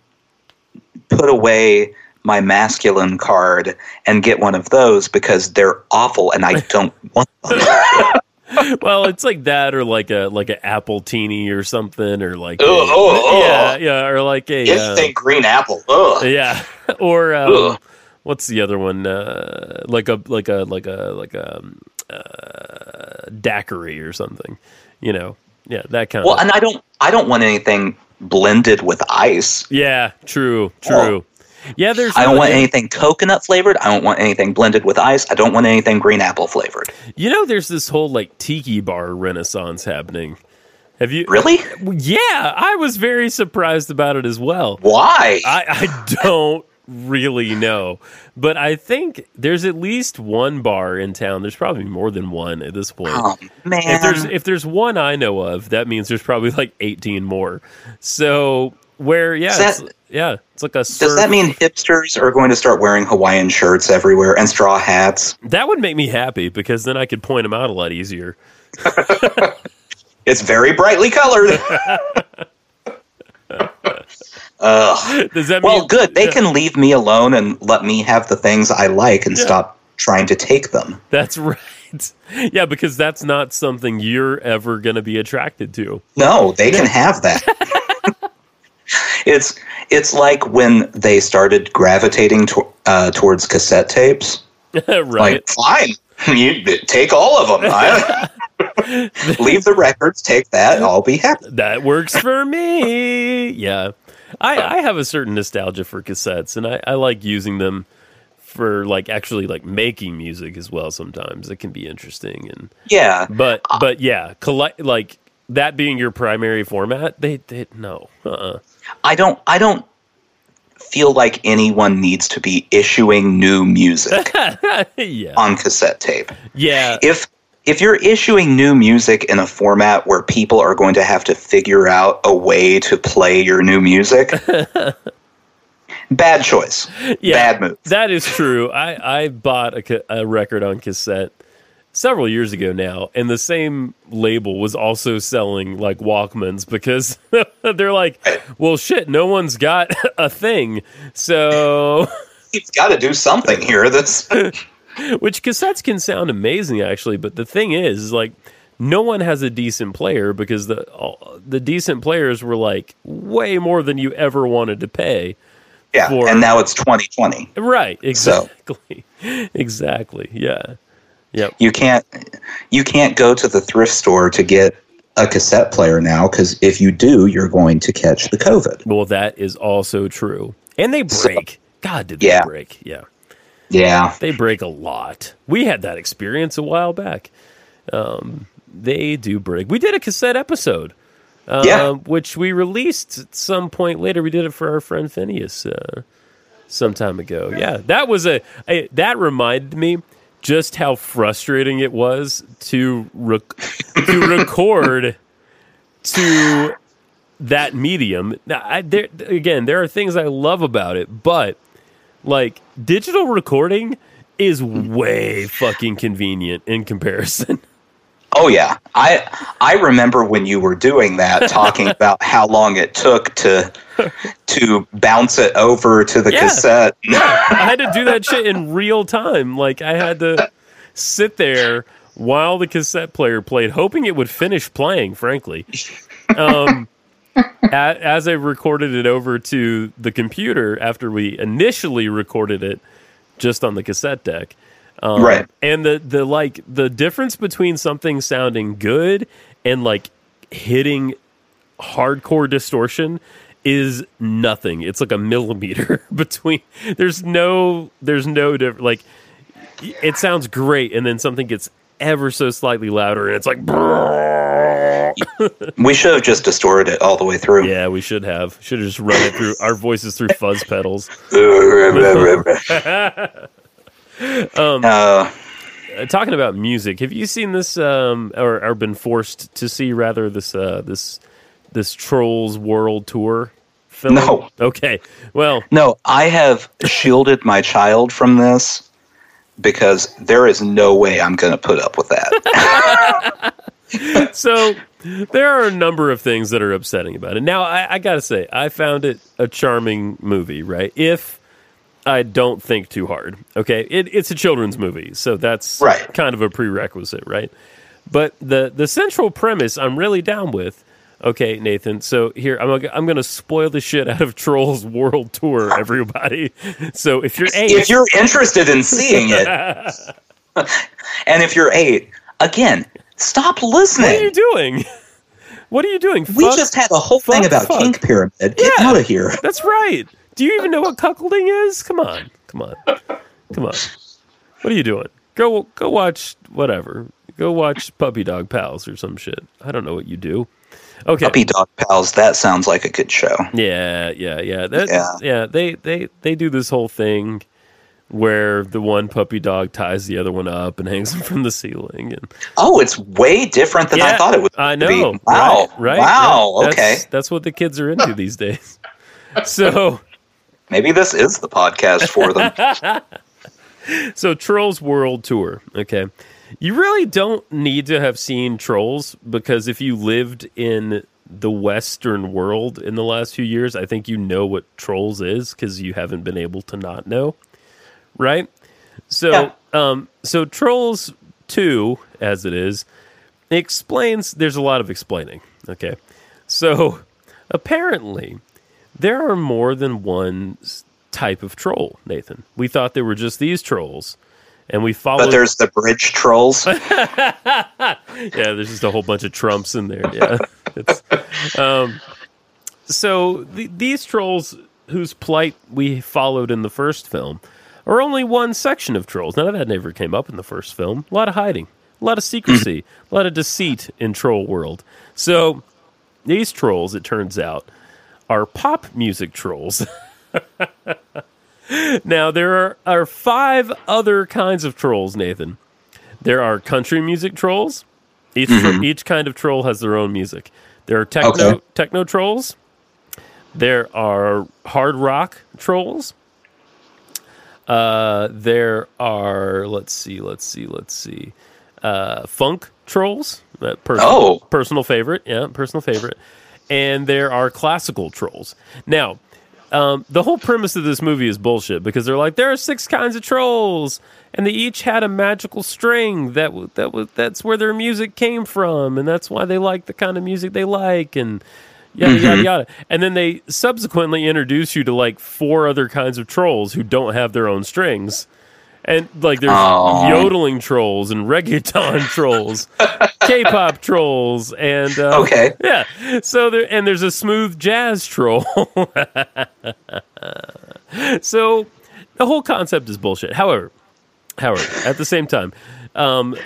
S1: put away my masculine card and get one of those because they're awful and I don't want them.
S2: well, it's like that, or like a like an apple teeny or something, or like a-
S1: Ugh, oh, oh.
S2: yeah, yeah, or like a uh,
S1: Anything green apple. Ugh.
S2: yeah, or um,
S1: Ugh.
S2: what's the other one? Uh, like a like a like a like a um, uh, daiquiri or something, you know? Yeah, that kind
S1: Well,
S2: of.
S1: and I don't I don't want anything blended with ice.
S2: Yeah, true, true. Yeah, there's.
S1: I don't want
S2: really-
S1: anything coconut flavored. I don't want anything blended with ice. I don't want anything green apple flavored.
S2: You know, there's this whole like tiki bar renaissance happening. Have you
S1: Really?
S2: Yeah, I was very surprised about it as well.
S1: Why?
S2: I, I don't really know, but I think there's at least one bar in town. There's probably more than one at this point.
S1: oh man.
S2: If there's if there's one I know of, that means there's probably like 18 more. So where yeah,
S1: Does
S2: it's, yeah, it's like a surf.
S1: Does that mean hipsters are going to start wearing Hawaiian shirts everywhere and straw hats?
S2: that would make me happy because then I could point them out a lot easier.
S1: It's very brightly colored. Ugh.
S2: Does that mean
S1: Well, good. They can leave me alone and let me have the things I like and
S2: Yeah.
S1: stop trying to take them.
S2: That's right. Yeah, because that's not something you're ever going to be attracted to.
S1: No, they can have that. it's it's like when they started gravitating to, uh, towards cassette tapes.
S2: right.
S1: Like, fine, you take all of them. I- leave the records, take that. I'll be happy.
S2: that works for me. Yeah. I, I have a certain nostalgia for cassettes and I, I like using them for like actually like making music as well sometimes. It can be interesting and
S1: Yeah,
S2: but but yeah, collect like that being your primary format, they they no. Uh-uh.
S1: I don't. I don't feel like anyone needs to be issuing new music
S2: yeah.
S1: on cassette tape.
S2: Yeah.
S1: If if you're issuing new music in a format where people are going to have to figure out a way to play your new music, bad choice.
S2: Yeah.
S1: Bad move.
S2: That is true. I, I bought a, ca- a record on cassette several years ago now, and the same label was also selling like Walkmans because they're like, well, shit, no one's got a thing. So,
S1: You've got to do something here. That's
S2: which cassettes can sound amazing actually, but the thing is, is like, no one has a decent player because the all, the decent players were like way more than you ever wanted to pay.
S1: yeah.
S2: For-
S1: and now it's 2020.
S2: Right? Exactly. exactly. Yeah. Yep.
S1: You can't you can't go to the thrift store to get a cassette player now because if you do, you're going to catch the COVID.
S2: Well, that is also true. And they
S1: So-
S2: break. God, did they
S1: Yeah.
S2: break? Yeah.
S1: Yeah.
S2: They break a lot. We had that experience a while back. Um, they do break. We did a cassette episode, uh,
S1: Yeah.
S2: which we released at some point later. We did it for our friend Phineas uh, some time ago. Yeah, that was a, a that reminded me just how frustrating it was to rec- to record to that medium. Now, I, there, again, there are things I love about it, but like digital recording is way fucking convenient in comparison.
S1: Oh yeah, I I remember when you were doing that, talking about how long it took to to bounce it over to the
S2: Yeah.
S1: cassette.
S2: I had to do that shit in real time. Like I had to sit there while the cassette player played, hoping it would finish playing. Frankly, um, a- as I recorded it over to the computer after we initially recorded it just on the cassette deck. Um,
S1: Right.
S2: And the the like the difference between something sounding good and like hitting hardcore distortion is nothing. It's like a millimeter between. There's no there's no diff, like it sounds great and then something gets ever so slightly louder and it's like
S1: We should have just distorted it all the way through.
S2: yeah, we should have should have just run it through our voices through fuzz pedals.
S1: uh,
S2: Uh, talking about music, have you seen this um, or, or been forced to see rather this uh, this this Trolls World Tour film?
S1: No.
S2: Okay. Well,
S1: no, I have shielded my child from this because there is no way I'm going to put up with that.
S2: so there are a number of things that are upsetting about it. Now, I, I gotta say, I found it a charming movie, right? If I don't think too hard, okay, it, it's a children's movie, so that's
S1: Right.
S2: kind of a prerequisite, right? But the the central premise, I'm really down with. Okay, Nathan. So here, I'm gonna, I'm gonna spoil the shit out of Trolls World Tour, everybody. So if you're eight,
S1: if you're interested in seeing it, and if you're eight, again, stop
S2: what are you
S1: listening.
S2: doing? What are you doing?
S1: We
S2: Fuck
S1: just had a whole thing
S2: fuck,
S1: about
S2: fuck.
S1: King Pyramid. Get out of here.
S2: That's right. Do you even know what cuckolding is? Come on, come on, come on. What are you doing? Go go watch whatever. Go watch Puppy Dog Pals or some shit. I don't know what you do. Okay.
S1: Puppy Dog Pals. That sounds like a good show.
S2: Yeah, yeah, yeah. That, yeah.
S1: Yeah.
S2: They they they do this whole thing where the one puppy dog ties the other one up and hangs him from the ceiling. And
S1: Oh, it's way different than I thought it was.
S2: I
S1: to be.
S2: know.
S1: Wow.
S2: Right. right
S1: Wow.
S2: yeah.
S1: okay.
S2: That's, that's what the kids are into these days. So
S1: Maybe this is the podcast for them.
S2: so Trolls World Tour. Okay. You really don't need to have seen Trolls because if you lived in the Western world in the last few years, I think you know what Trolls is because you haven't been able to not know. Right? So, um, so Trolls 2, as it is, explains there's a lot of explaining. Okay. So apparently there are more than one s- type of troll, Nathan. We thought there were just these trolls, and we followed.
S1: but there's the bridge trolls.
S2: yeah, there's just a whole bunch of trumps in there. Yeah, It's- um, so th- these trolls whose plight we followed in the first film are only one section of trolls. None of that never came up in the first film. A lot of hiding, a lot of secrecy, a lot of deceit in troll world. So these trolls, it turns out, are pop music trolls. now there are, are five other kinds of trolls, Nathan. There are country music trolls. Each tro- each kind of troll has their own music. There are techno
S1: Okay.
S2: techno trolls. There are hard rock trolls. Uh, there are let's see, let's see, let's see. Uh, funk trolls. That personal,
S1: Oh.
S2: personal favorite. Yeah, personal favorite. And there are classical trolls. Now, um, the whole premise of this movie is bullshit because they're like there are six kinds of trolls and they each had a magical string that w- that was that's where their music came from and that's why they like the kind of music they like and yada yada yada and then they subsequently introduce you to like four other kinds of trolls who don't have their own strings and like there's
S1: Aw.
S2: yodeling trolls and reggaeton trolls k-pop trolls and uh,
S1: Okay.
S2: yeah so there and there's a smooth jazz troll so the whole concept is bullshit. However, however, at the same time, um, uh,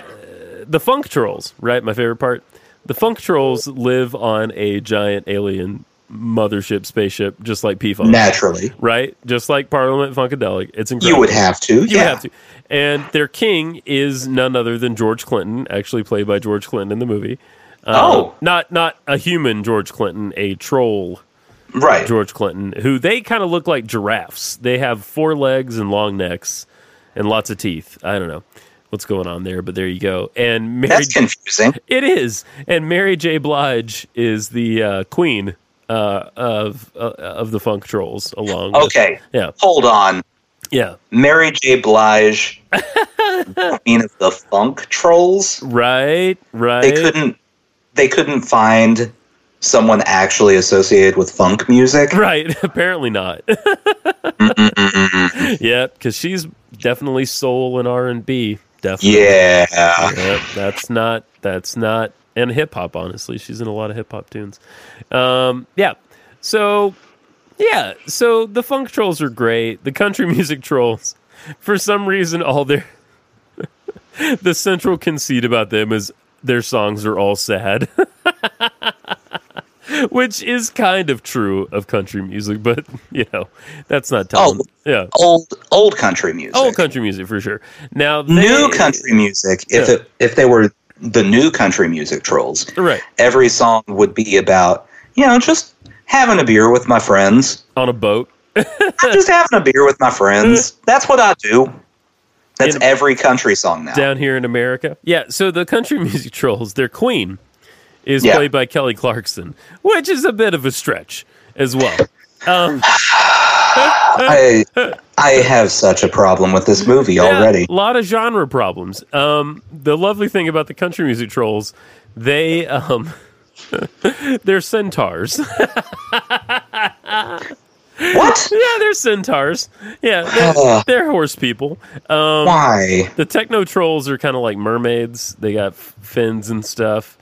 S2: the funk trolls, right? My favorite part. The funk trolls live on a giant alien mothership spaceship, just like P Funk,
S1: Naturally,
S2: right? Just like Parliament Funkadelic. It's incredible.
S1: you would have to.
S2: You
S1: yeah.
S2: would have to. And their king is none other than George Clinton, actually played by George Clinton in the movie. Uh,
S1: Oh.
S2: not not a human George Clinton, a troll Uh,
S1: Right.
S2: George Clinton, who they kind of look like giraffes. They have four legs and long necks and lots of teeth. I don't know what's going on there, but there you go. And Mary,
S1: That's confusing.
S2: it is. And Mary J. Blige is the uh, queen uh, of uh, of the funk trolls. Along, with-
S1: Okay.
S2: yeah,
S1: Hold on.
S2: yeah,
S1: Mary J. Blige, queen of the funk trolls.
S2: right, right.
S1: They couldn't. They couldn't find someone actually associated with funk music.
S2: Right, apparently not.
S1: Mm,
S2: yeah, because she's definitely soul and R and B. Definitely,
S1: Yeah.
S2: Yep, that's not that's not and hip hop. Honestly, she's in a lot of hip hop tunes. Um, yeah. So yeah. So the funk trolls are great. The country music trolls, for some reason, all their the central conceit about them is their songs are all sad. Which is kind of true of country music, but you know that's not telling.
S1: Oh.
S2: yeah,
S1: Old old country music.
S2: old country music for sure. Now
S1: New
S2: they-
S1: country music. If
S2: Yeah.
S1: it, if they were the new country music trolls,
S2: right?
S1: every song would be about you know just having a beer with my friends.
S2: On a boat,
S1: I'm just having a beer with my friends. That's what I do. That's
S2: In-
S1: every country song now.
S2: down here in America. Yeah, so the country music trolls, their queen is
S1: Yeah.
S2: played by Kelly Clarkson, which is a bit of a stretch as well. Um,
S1: I I have such a problem with this movie already.
S2: A lot of genre problems. Um, the lovely thing about the country music trolls, they um, they're centaurs.
S1: What?
S2: yeah, they're centaurs. Yeah, they're, they're horse people. Um,
S1: Why?
S2: The techno trolls are kind of like mermaids. They got f- fins and stuff.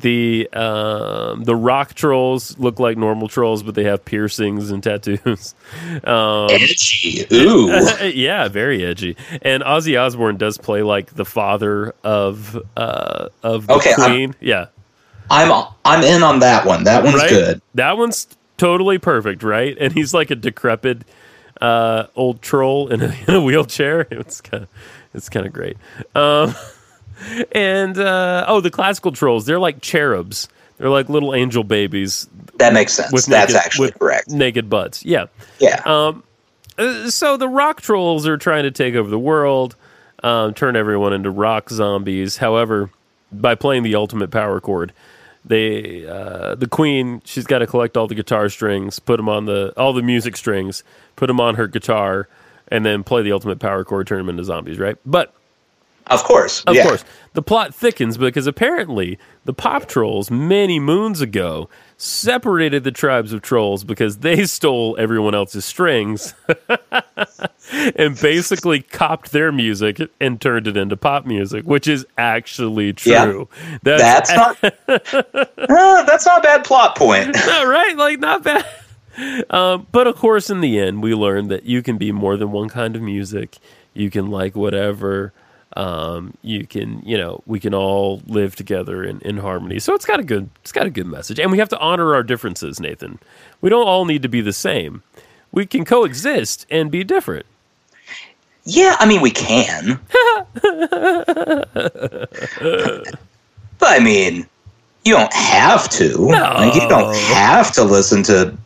S2: The um, the rock trolls look like normal trolls, but they have piercings and tattoos. Um,
S1: Edgy. Ooh.
S2: yeah, very edgy. And Ozzy Osbourne does play like the father of uh, of the
S1: Okay, I'm-
S2: queen. yeah,
S1: I'm I'm in on that one. That one's
S2: right?
S1: good.
S2: That one's totally perfect, right? And he's like a decrepit uh, old troll in a, in a wheelchair. It's kind of it's kind of great. Um, and uh, oh, the classical trolls, they're like cherubs. They're like little angel babies
S1: That makes sense.
S2: with
S1: That's
S2: naked,
S1: actually
S2: with um,
S1: correct.
S2: Naked butts. Yeah.
S1: Yeah.
S2: Uh, so the rock trolls are trying to take over the world, um, turn everyone into rock zombies. However, by playing the ultimate power chord, they uh, the queen she's got to collect all the guitar strings, put them on the all the music strings, put them on her guitar, and then play the ultimate power chord, turn them into zombies. Right, but
S1: of course.
S2: of
S1: yeah.
S2: course, the plot thickens because apparently the pop trolls many moons ago separated the tribes of trolls because they stole everyone else's strings and basically copped their music and turned it into pop music, which is actually
S1: Yeah.
S2: true. That's,
S1: That's not Uh, that's not a bad plot point.
S2: not right. Like not bad. Um, but of course, in the end, we learned that you can be more than one kind of music. You can like whatever. Um, you can, you know, we can all live together in, in harmony. So it's got a good, it's got a good message, and we have to honor our differences, Nathan. We don't all need to be the same. We can coexist and be different.
S1: Yeah, I mean we can. but I mean, you don't have to. Like, you don't have to listen to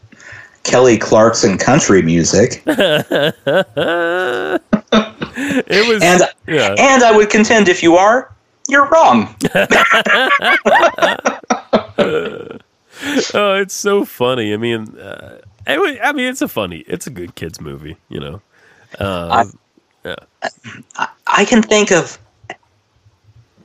S1: Kelly Clarkson country music.
S2: It was,
S1: And
S2: yeah.
S1: and I would contend if you are, you're wrong.
S2: oh, it's so funny. I mean, uh, it wa- I mean, it's a funny, it's a good kids movie, you know.
S1: I can think of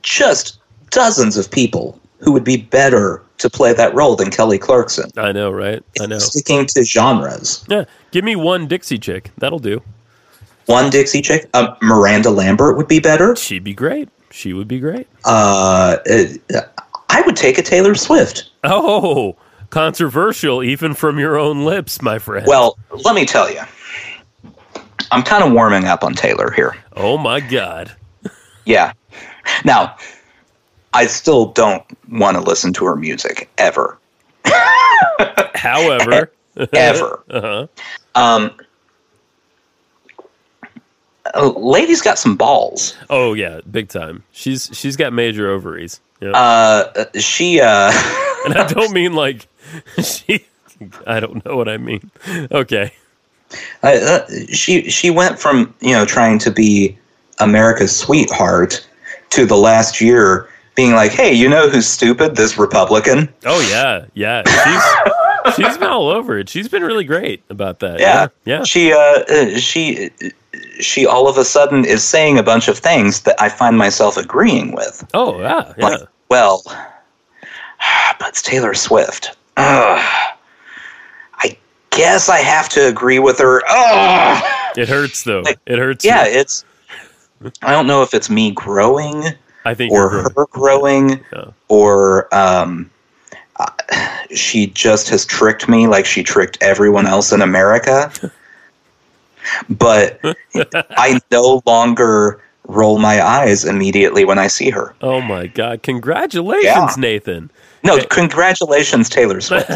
S1: just dozens of people who would be better to play that role than Kelly Clarkson.
S2: I know, right? I know.
S1: Sticking to genres.
S2: Yeah, give me one Dixie chick. That'll do.
S1: One Dixie chick, uh, Miranda Lambert would be better.
S2: She'd be great. She would be great.
S1: Uh, uh, I would take a Taylor Swift.
S2: Oh, controversial, even from your own lips, my friend.
S1: Well, let me tell you, I'm kind of warming up on Taylor here.
S2: oh my God.
S1: Yeah. Now, I still don't want to listen to her music ever,
S2: However,
S1: ever.
S2: uh-huh.
S1: Um, uh, lady's got some balls.
S2: oh yeah, big time. She's she's got major ovaries. Yeah,
S1: Uh, she, uh,
S2: and I don't mean like she. I don't know what I mean. Okay.
S1: I- uh, she, she went from you know trying to be America's sweetheart to the last year being like, hey, you know who's stupid? This Republican.
S2: Oh yeah, yeah. She's she's been all over it. She's been really great about that.
S1: Yeah,
S2: yeah.
S1: She, uh, uh, she, she, all of a sudden is saying a bunch of things that I find myself agreeing with.
S2: Oh yeah, yeah.
S1: Like, well, but it's Taylor Swift. Ugh. I guess I have to agree with her. Ugh.
S2: it hurts though. It hurts.
S1: Yeah,
S2: you.
S1: it's. I don't know if it's me growing
S2: I think.
S1: or
S2: You're right.
S1: her growing
S2: Yeah.
S1: or um, uh, she just has tricked me like she tricked everyone else in America. but I no longer roll my eyes immediately when I see her.
S2: Oh my God! Congratulations,
S1: Yeah.
S2: Nathan.
S1: No, congratulations, Taylor Swift.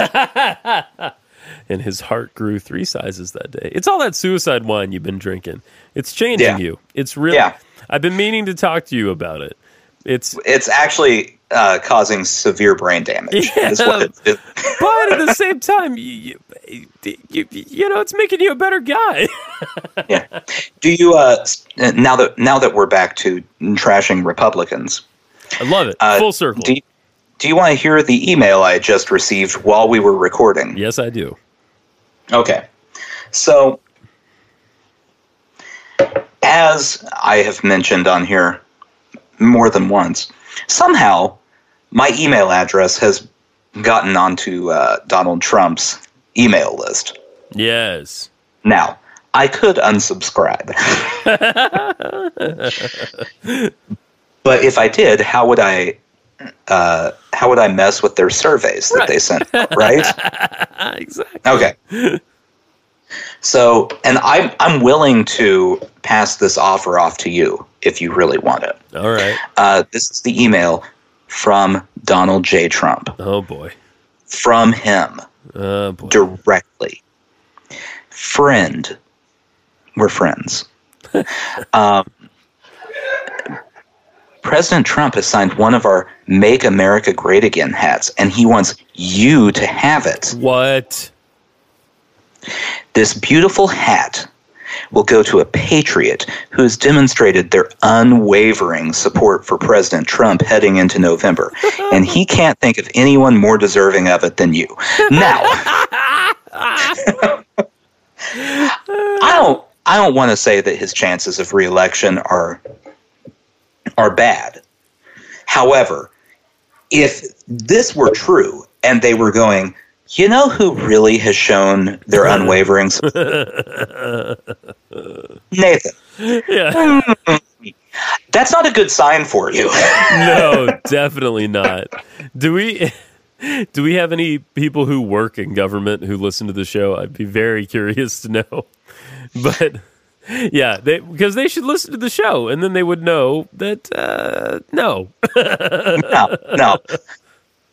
S2: And his heart grew three sizes that day. It's all that suicide wine you've been drinking. It's changing
S1: Yeah.
S2: you. It's really.
S1: Yeah.
S2: I've been meaning to talk to you about it. It's
S1: it's actually uh, causing severe brain damage.
S2: Yeah.
S1: is what it is.
S2: but at the same time, you, you, you, you know, it's making you a better guy.
S1: yeah. Do you uh, s- now that now that we're back to trashing Republicans?
S2: I love it.
S1: Uh,
S2: Full circle.
S1: Do you, do you want to hear the email I just received while we were recording?
S2: yes, I do.
S1: Okay. So, as I have mentioned on here more than once, somehow my email address has gotten onto uh, Donald Trump's email list.
S2: Yes.
S1: Now, I could unsubscribe. but if I did, how would I? Uh, how would I mess with their surveys that they sent? out, Right? Uh,
S2: Ah, exactly.
S1: Okay. So, and I'm I'm willing to pass this offer off to you if you really want it.
S2: All right.
S1: Uh, this is the email from Donald J. Trump,
S2: Oh boy.
S1: from him
S2: Oh boy.
S1: directly. Friend, we're friends. um, President Trump has signed one of our Make America Great Again hats, and he wants you to have it.
S2: What?
S1: This beautiful hat will go to a patriot who has demonstrated their unwavering support for President Trump heading into November. And he can't think of anyone more deserving of it than you. Now, I don't I don't want to say that his chances of reelection are are bad. However, if this were true and they were going, you know who really has shown their unwavering support? Nathan, Hmm.
S2: Yeah.
S1: that's not a good sign for you.
S2: No, definitely not. Do we do we have any people who work in government who listen to the show? I'd be very curious to know. But yeah, they because they should listen to the show and then they would know that uh no.
S1: no, no.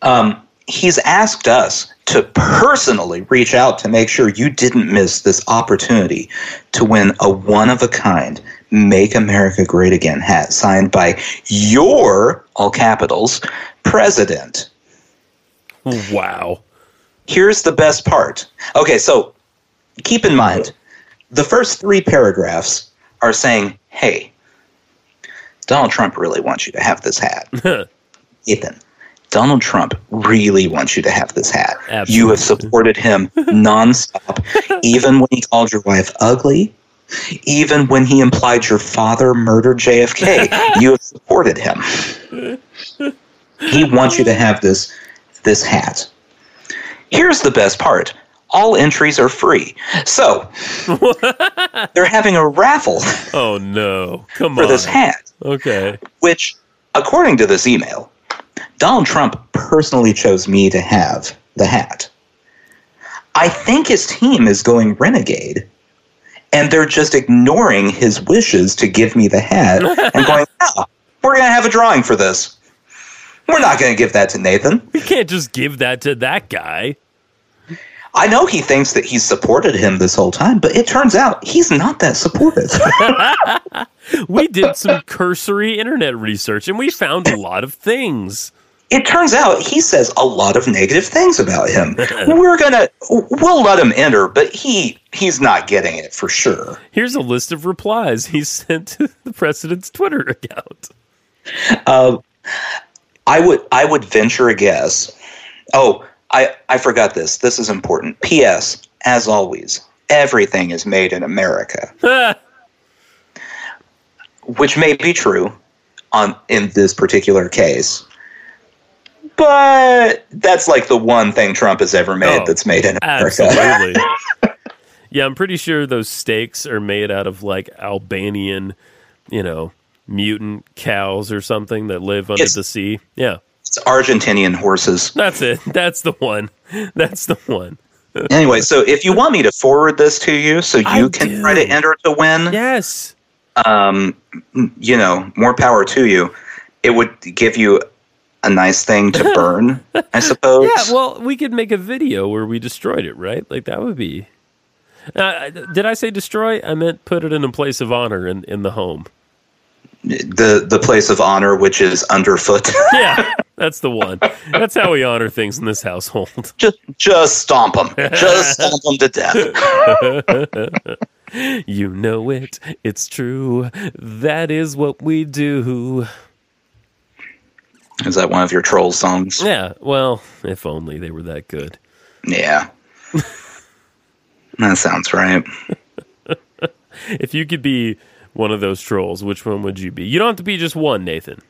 S1: Um, he's asked us to personally reach out to make sure you didn't miss this opportunity to win a one of a kind Make America Great Again hat signed by your, all capitals, president.
S2: Wow.
S1: Here's the best part. Okay, so keep in mind the first three paragraphs are saying, hey, Donald Trump really wants you to have this hat. Ethan, Donald Trump really wants you to have this hat. You
S2: Absolutely.
S1: have supported him nonstop, even when he called your wife ugly, even when he implied your father murdered JFK. you have supported him. He wants you to have this this hat. Here's the best part. All entries are free. So they're having a raffle
S2: oh no. Come
S1: for
S2: on.
S1: this hat
S2: Okay.
S1: which, according to this email, Donald Trump personally chose me to have the hat. I think his team is going renegade, and they're just ignoring his wishes to give me the hat and going, "No, we're going to have a drawing for this. We're not going to give that to Nathan.
S2: We can't just give that to that guy.
S1: I know he thinks that he's supported him this whole time, but it turns out he's not that supportive.
S2: We did some cursory internet research and we found a lot of things.
S1: it turns out he says a lot of negative things about him. We're gonna we'll let him enter, but he he's not getting it for sure.
S2: Here's a list of replies he sent to the president's Twitter account.
S1: Uh, I would I would venture a guess. Oh, I I forgot this. This is important. P.S. As always, everything is made in America, which may be true on in this particular case. But that's like the one thing Trump has ever made
S2: Oh,
S1: that's made in America.
S2: Absolutely. yeah, I'm pretty sure those steaks are made out of like Albanian, you know, mutant cows or something that live under
S1: Yes.
S2: the sea. Yeah.
S1: It's Argentinian horses.
S2: That's it. That's the one. That's the one.
S1: anyway, so if you want me to forward this to you, so you
S2: I
S1: can
S2: do.
S1: try to enter to win,
S2: Yes.
S1: um, you know, more power to you. It would give you a nice thing to burn, I suppose.
S2: Yeah, well, we could make a video where we destroyed it, right? Like that would be. Uh, did I say destroy? I meant put it in a place of honor in, in the home.
S1: the the place of honor, which is underfoot,
S2: Yeah, that's the one. That's how we honor things in this household.
S1: just just stomp them, just stomp them to death.
S2: You know it. It's true. That is what we do.
S1: Is that one of your troll songs?
S2: Yeah, well, if only they were that good.
S1: Yeah. That sounds right.
S2: If you could be one of those trolls, which one would you be? You don't have to be just one, Nathan.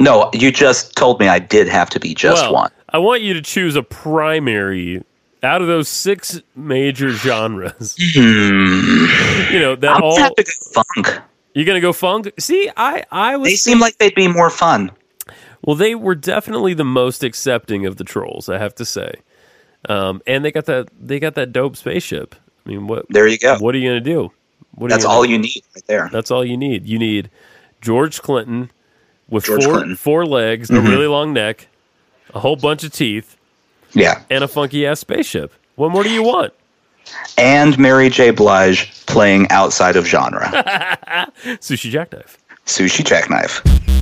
S1: No, you just told me I did have to be just
S2: well,
S1: one.
S2: I want you to choose a primary out of those six major genres. you know that
S1: I'm
S2: all
S1: gonna Hmm. have to go funk.
S2: you're gonna go funk. See, I I was
S1: They seem like they'd be more fun.
S2: well, they were definitely the most accepting of the trolls. I have to say, um, and they got that they got that dope spaceship. I mean, what
S1: There you go.
S2: what are you gonna do? What are
S1: That's
S2: you gonna
S1: all
S2: do?
S1: you need right there.
S2: That's all you need. You need George Clinton with
S1: George
S2: four
S1: Clinton. Mm-hmm.
S2: four legs, a really long neck, a whole bunch of teeth,
S1: Yeah.
S2: and a funky ass spaceship. What more do you want?
S1: And Mary J. Blige playing outside of genre.
S2: Sushi jackknife.
S1: Sushi Jackknife.